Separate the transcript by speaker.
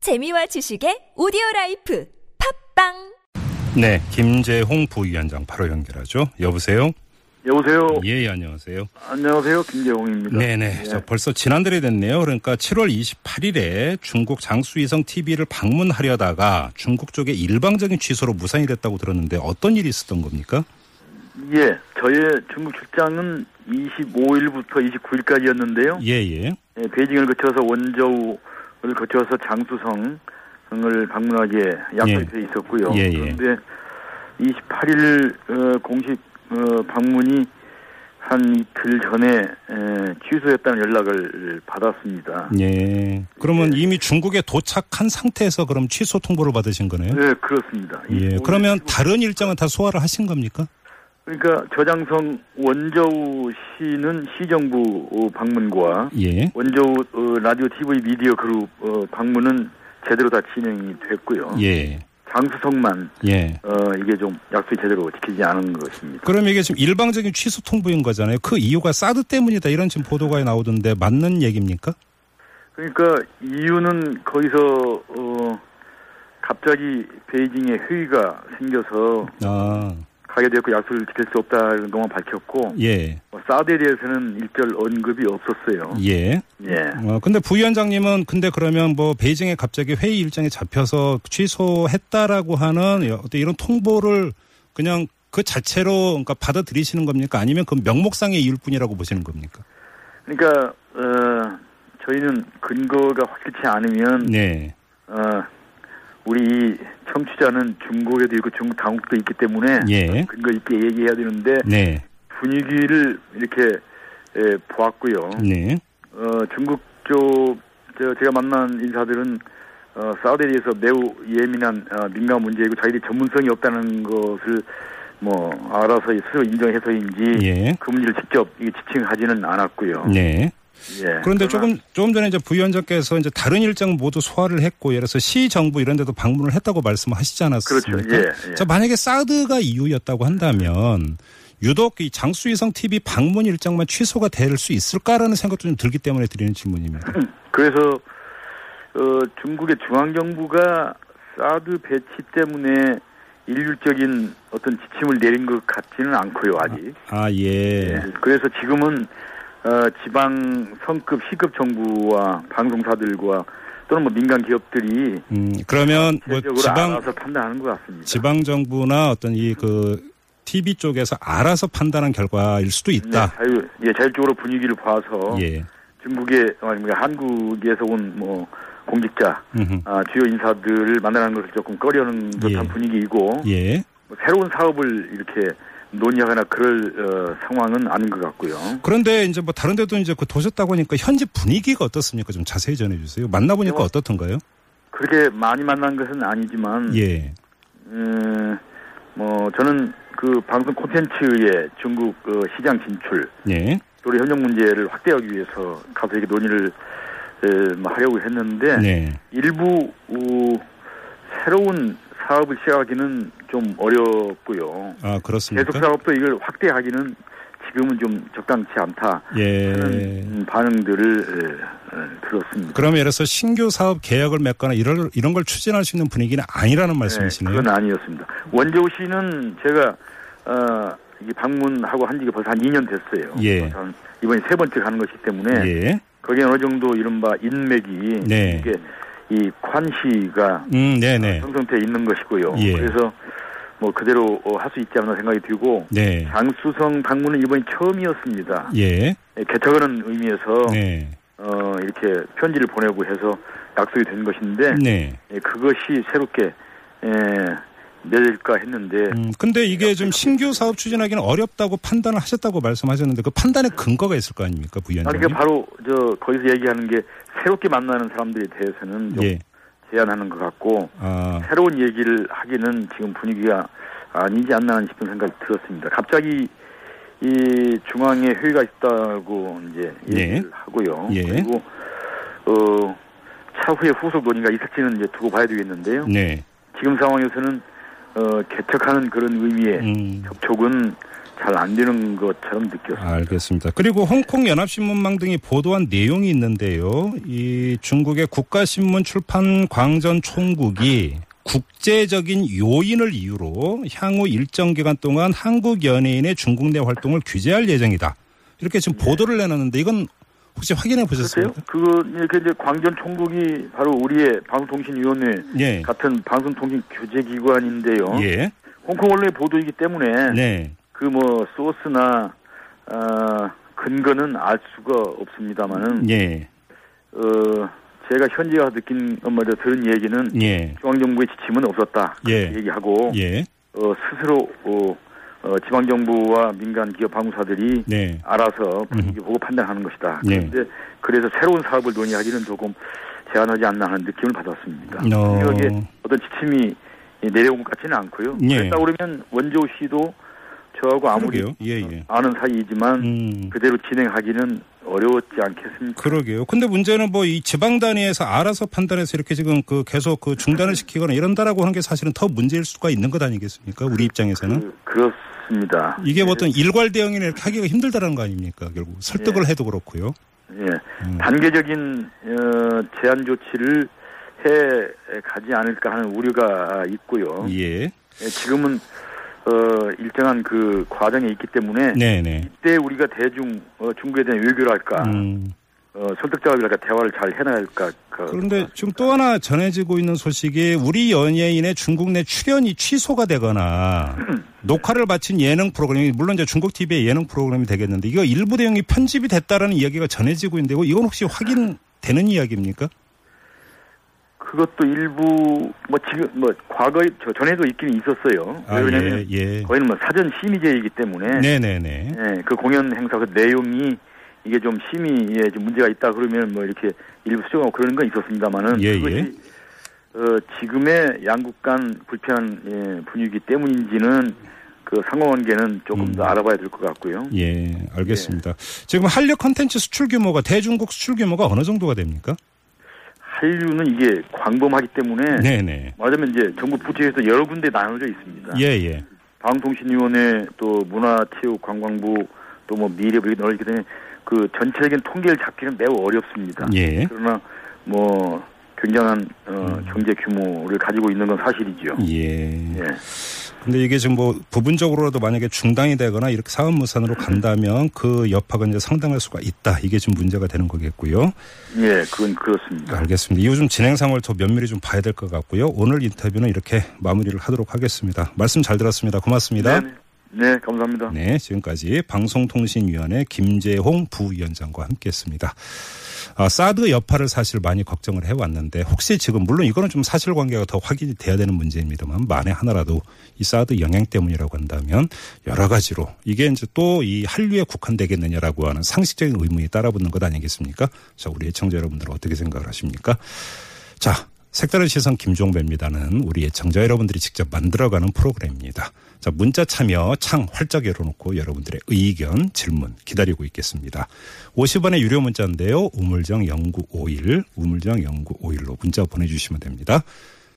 Speaker 1: 재미와 지식의 오디오 라이프 팝빵
Speaker 2: 네, 김재홍 부위원장 바로 연결하죠. 여보세요.
Speaker 3: 여보세요.
Speaker 2: 예, 예, 안녕하세요.
Speaker 3: 안녕하세요. 김재홍입니다.
Speaker 2: 네,
Speaker 3: 예.
Speaker 2: 네. 자, 벌써 지난달이 됐네요. 그러니까 7월 28일에 중국 장수위성 TV를 방문하려다가 중국 쪽의 일방적인 취소로 무산이 됐다고 들었는데 어떤 일이 있었던 겁니까?
Speaker 3: 예, 저의 중국 출장은 25일부터 29일까지였는데요.
Speaker 2: 예, 예.
Speaker 3: 예, 베이징을 거쳐서 원저우를 거쳐서 장수성을 방문하기에 약속이
Speaker 2: 예.
Speaker 3: 돼 있었고요.
Speaker 2: 예, 예.
Speaker 3: 그런데 28일 어, 공식 어, 방문이 한 이틀 전에 에, 취소했다는 연락을 받았습니다.
Speaker 2: 예. 그러면 이미 중국에 도착한 상태에서 그럼 취소 통보를 받으신 거네요?
Speaker 3: 네, 그렇습니다.
Speaker 2: 예.
Speaker 3: 25일
Speaker 2: 그러면
Speaker 3: 취소-
Speaker 2: 다른 일정은 다 소화를 하신 겁니까?
Speaker 3: 그러니까 저장성 원저우 시는 시정부 어, 방문과
Speaker 2: 예.
Speaker 3: 원저우 어, 라디오 TV 미디어 그룹 어, 방문은 제대로 다 진행이 됐고요.
Speaker 2: 예.
Speaker 3: 장수성만
Speaker 2: 예.
Speaker 3: 어, 이게 좀 약속이 제대로 지키지 않은 것입니다.
Speaker 2: 그럼 이게 지금 일방적인 취소 통보인 거잖아요. 그 이유가 사드 때문이다 이런 지금 보도가 나오던데 맞는 얘기입니까?
Speaker 3: 그러니까 이유는 거기서 어, 갑자기 베이징에 회의가 생겨서
Speaker 2: 아,
Speaker 3: 가게 되었고 약속을 지킬 수 없다는 것만 밝혔고
Speaker 2: 예,
Speaker 3: 뭐 사드에 대해서는 일절 언급이 없었어요.
Speaker 2: 예.
Speaker 3: 예.
Speaker 2: 어, 근데 부위원장님은 근데 그러면 뭐 베이징에 갑자기 회의 일정이 잡혀서 취소했다라고 하는 어떤 이런 통보를 그냥 그 자체로 그러니까 받아들이시는 겁니까? 아니면 그 명목상의 이유일 뿐이라고 보시는 겁니까?
Speaker 3: 그러니까 어, 저희는 근거가 확실치 않으면
Speaker 2: 네,
Speaker 3: 어, 우리 이 청취자는 중국에도 있고 중국 당국도 있기 때문에
Speaker 2: 예,
Speaker 3: 근거 있게 얘기해야 되는데
Speaker 2: 네,
Speaker 3: 분위기를 이렇게 예, 보았고요.
Speaker 2: 네,
Speaker 3: 어, 중국 쪽 저, 제가 만난 인사들은 어, 사우디에 대해서 매우 예민한 어, 민감 문제이고 자기들이 전문성이 없다는 것을 뭐 알아서 스스로 인정해서인지
Speaker 2: 예,
Speaker 3: 그 문제를 직접 이 지칭하지는 않았고요.
Speaker 2: 네.
Speaker 3: 예.
Speaker 2: 그런데
Speaker 3: 그러나-
Speaker 2: 조금 조금 전에 이제 부위원장께서 이제 다른 일정 모두 소화를 했고 예를 들어서 시 정부 이런 데도 방문을 했다고 말씀하시지 않았습니까?
Speaker 3: 그렇죠. 예, 예.
Speaker 2: 자, 만약에 사드가 이유였다고 한다면 유독 이 장수위성 TV 방문 일정만 취소가 될 수 있을까라는 생각도 좀 들기 때문에 드리는 질문입니다.
Speaker 3: 그래서 어, 중국의 중앙 정부가 사드 배치 때문에 일률적인 어떤 지침을 내린 것 같지는 않고요 아직.
Speaker 2: 아, 예.
Speaker 3: 예, 그래서 지금은 어, 지방 성급 시급 정부와 방송사들과 또는 뭐 민간 기업들이
Speaker 2: 음, 그러면 뭐
Speaker 3: 대적으로
Speaker 2: 지방
Speaker 3: 알아서 네. 판단하는 것 같습니다.
Speaker 2: 지방 정부나 어떤 이 그 TV 쪽에서 알아서 판단한 결과일 수도
Speaker 3: 네,
Speaker 2: 있다.
Speaker 3: 자유, 예, 자율적으로 분위기를 봐서
Speaker 2: 예.
Speaker 3: 중국의 아니 뭐 한국에서 온 뭐 공직자
Speaker 2: 음흠.
Speaker 3: 아, 주요 인사들을 만나는 것을 조금 꺼려는 듯한
Speaker 2: 예.
Speaker 3: 분위기이고
Speaker 2: 예.
Speaker 3: 뭐 새로운 사업을 이렇게 논의하거나 그럴 어, 상황은 아닌 것 같고요.
Speaker 2: 그런데 이제 뭐 다른 데도 이제 그 도셨다고 하니까 현지 분위기가 어떻습니까? 좀 자세히 전해 주세요. 만나 보니까
Speaker 3: 어.
Speaker 2: 어떻던가요?
Speaker 3: 그렇게 많이 만난 것은 아니지만,
Speaker 2: 예.
Speaker 3: 음, 뭐 저는 그 방송 콘텐츠의 중국 어, 시장 진출,
Speaker 2: 예.
Speaker 3: 또래 협력 문제를 확대하기 위해서 가서 이렇게 논의를 에, 뭐 하려고 했는데
Speaker 2: 네.
Speaker 3: 일부 어, 새로운 사업을 시작하기는 좀 어렵고요.
Speaker 2: 아, 그렇습니까?
Speaker 3: 계속 사업도 이걸 확대하기는 지금은 좀 적당치 않다. 음,
Speaker 2: 예.
Speaker 3: 하는 반응들을 에, 에, 들었습니다.
Speaker 2: 그러면 예를 들어서 신규 사업 계약을 맺거나 이런 이런 걸 추진할 수 있는 분위기는 아니라는
Speaker 3: 네,
Speaker 2: 말씀이시네요.
Speaker 3: 그건 아니었습니다. 원재우 씨는 제가 어, 이 방문하고 한 지가 벌써 한 2년 됐어요.
Speaker 2: 예.
Speaker 3: 벌써 한- 이번이 세 번째 가는 것이기 때문에
Speaker 2: 예.
Speaker 3: 거기에 어느 정도 이른바 인맥이
Speaker 2: 네.
Speaker 3: 이게 이 관시가
Speaker 2: 음, 네, 네.
Speaker 3: 형성돼 있는 것이고요.
Speaker 2: 예.
Speaker 3: 그래서 뭐 그대로 할 수 있지 않나 생각이 들고
Speaker 2: 네.
Speaker 3: 장수성 방문은 이번이 처음이었습니다.
Speaker 2: 예.
Speaker 3: 예, 개척하는 의미에서
Speaker 2: 네.
Speaker 3: 어, 이렇게 편지를 보내고 해서 약속이 된 것인데
Speaker 2: 네.
Speaker 3: 예, 그것이 새롭게 예, 낼까 했는데
Speaker 2: 음, 근데 이게 좀 신규 사업 추진하기는 어렵다고 판단을 하셨다고 말씀하셨는데 그 판단의 근거가 있을 거 아닙니까,
Speaker 3: 아니
Speaker 2: 부위원장님?
Speaker 3: 그 바로 저 거기서 얘기하는 게 새롭게 만나는 사람들에 대해서는 좀
Speaker 2: 예.
Speaker 3: 제한하는 것 같고
Speaker 2: 아,
Speaker 3: 새로운 얘기를 하기는 지금 분위기가 아니지 않나 싶은 생각이 들었습니다. 갑자기 이 중앙에 회의가 있다고 이제 얘기를
Speaker 2: 예.
Speaker 3: 하고요.
Speaker 2: 예.
Speaker 3: 그리고 어 차후에 후속 논의가 있을지는 이제 두고 봐야 되겠는데요.
Speaker 2: 네.
Speaker 3: 지금 상황에서는 어 개척하는 그런 의미의
Speaker 2: 음.
Speaker 3: 접촉은 잘 안 되는 것처럼 느꼈어요.
Speaker 2: 알겠습니다. 그리고 홍콩 연합신문망 등이 보도한 내용이 있는데요. 이 중국의 국가신문 출판 광전 총국이 국제적인 요인을 이유로 향후 일정 기간 동안 한국 연예인의 중국 내 활동을 규제할 예정이다. 이렇게 지금
Speaker 3: 네.
Speaker 2: 보도를 내놨는데 이건 혹시 확인해
Speaker 3: 글쎄요.
Speaker 2: 보셨습니까?
Speaker 3: 그렇죠? 그거 이렇게 이제 광전 총국이 바로 우리의 방송통신위원회
Speaker 2: 예.
Speaker 3: 같은 방송통신 규제기관인데요.
Speaker 2: 예.
Speaker 3: 홍콩 언론의 보도이기 때문에
Speaker 2: 네.
Speaker 3: 그 뭐 소스나 어, 근거는 알 수가 없습니다만은
Speaker 2: 예.
Speaker 3: 어, 제가 현지 가서 느낀 어, 뭐저 들은 얘기는
Speaker 2: 예.
Speaker 3: 중앙정부의 지침은 없었다
Speaker 2: 예.
Speaker 3: 그렇게 얘기하고
Speaker 2: 예.
Speaker 3: 어, 스스로 어, 어, 지방정부와 민간 기업 방송사들이
Speaker 2: 네.
Speaker 3: 알아서 분위기 보고 판단하는 것이다.
Speaker 2: 네.
Speaker 3: 그런데 그래서 새로운 사업을 논의하기는 조금 제한하지 않나 하는 느낌을 받았습니다.
Speaker 2: 어.
Speaker 3: 여기에 어떤 지침이 내려온 것 같지는 않고요.
Speaker 2: 예.
Speaker 3: 그랬다 그러면 원조 씨도 저하고 아무리
Speaker 2: 그러게요. 예, 예.
Speaker 3: 아는 사이이지만
Speaker 2: 음.
Speaker 3: 그대로 진행하기는 어려웠지 않겠습니까?
Speaker 2: 그러게요. 근데 문제는 뭐 이 지방 단위에서 알아서 판단해서 이렇게 지금 그 계속 그 중단을 시키거나 이런다라고 하는 게 사실은 더 문제일 수가 있는 것 아니겠습니까? 우리 입장에서는
Speaker 3: 그, 그렇습니다.
Speaker 2: 이게 뭐 어떤 일괄 대응이나 이렇게 하기가 힘들다는 거 아닙니까? 결국 설득을 해도 그렇고요.
Speaker 3: 예. 단계적인 어, 제한 조치를 해 가지 않을까 하는 우려가 있고요.
Speaker 2: 예,
Speaker 3: 예, 지금은 어, 일정한 그 과정에 있기 때문에
Speaker 2: 네, 네.
Speaker 3: 이때 우리가 대중 어, 중국에 대한 외교랄까
Speaker 2: 음.
Speaker 3: 어, 설득 작업이랄까 대화를 잘 해나갈까 그,
Speaker 2: 그런데 지금 또 하나 전해지고 있는 소식이 우리 연예인의 중국 내 출연이 취소가 되거나 녹화를 마친 예능 프로그램이 물론 이제 중국 TV의 예능 프로그램이 되겠는데 이거 일부 내용이 편집이 됐다라는 이야기가 전해지고 있는데 이거- 이건 혹시 확인되는 이야기입니까?
Speaker 3: 네, 그것도 일부 뭐 지금 뭐 과거에 저 전에도 있긴 있었어요.
Speaker 2: 아,
Speaker 3: 왜냐하면
Speaker 2: 예, 예.
Speaker 3: 거기는 뭐 사전 심의제이기 때문에
Speaker 2: 네네네.
Speaker 3: 예, 그 공연 행사 그 내용이 이게 좀 심의에 좀 문제가 있다 그러면 뭐 이렇게 일부 수정하고 그러는 건 있었습니다만은
Speaker 2: 예,
Speaker 3: 그것이
Speaker 2: 예.
Speaker 3: 어, 지금의 양국 간 불편한 예, 분위기 때문인지는 그 상호관계는 조금
Speaker 2: 음.
Speaker 3: 더 알아봐야 될 것 같고요.
Speaker 2: 예, 알겠습니다. 지금 한류 컨텐츠 수출 규모가 대중국 수출 규모가 어느 정도가 됩니까?
Speaker 3: 한류는 이게 광범하기 때문에
Speaker 2: 네네.
Speaker 3: 말하자면 이제 전국 부처에서 여러 군데 나눠져 있습니다.
Speaker 2: 예, 예.
Speaker 3: 방통신위원회 또 문화체육관광부 또 뭐 미래부 이렇게 넓기 때문에 그 전체적인 통계를 잡기는 매우 어렵습니다.
Speaker 2: 예.
Speaker 3: 그러나 뭐 굉장한 어, 경제 규모를 가지고 있는 건 사실이죠.
Speaker 2: 예.
Speaker 3: 예.
Speaker 2: 근데 이게 지금 뭐 부분적으로라도 만약에 중단이 되거나 이렇게 사업무산으로 간다면 그 여파가 이제 상당할 수가 있다. 이게 지금 문제가 되는 거겠고요.
Speaker 3: 예, 그건 그렇습니다.
Speaker 2: 알겠습니다. 요즘 진행 상황을 더 면밀히 좀 봐야 될 것 같고요. 오늘 인터뷰는 이렇게 마무리를 하도록 하겠습니다. 말씀 잘 들었습니다. 고맙습니다.
Speaker 3: 네, 네, 감사합니다.
Speaker 2: 네, 지금까지 방송통신위원회 김재홍 부위원장과 함께했습니다. 아, 사드 여파를 사실 많이 걱정을 해왔는데 혹시 지금 물론 이거는 좀 사실관계가 더 확인이 돼야 되는 문제입니다만 만에 하나라도 이 사드 영향 때문이라고 한다면 여러 가지로 이게 이제 또 이 한류에 국한되겠느냐라고 하는 상식적인 의문이 따라붙는 것 아니겠습니까? 자, 우리 애청자 여러분들은 어떻게 생각을 하십니까? 자, 색다른 시선 김종배입니다는 우리 애청자 여러분들이 직접 만들어가는 프로그램입니다. 자, 문자 참여 창 활짝 열어놓고 여러분들의 의견, 질문 기다리고 있겠습니다. 50원의 유료 문자인데요. 우물정 0951, 우물정 0951로 문자 보내주시면 됩니다.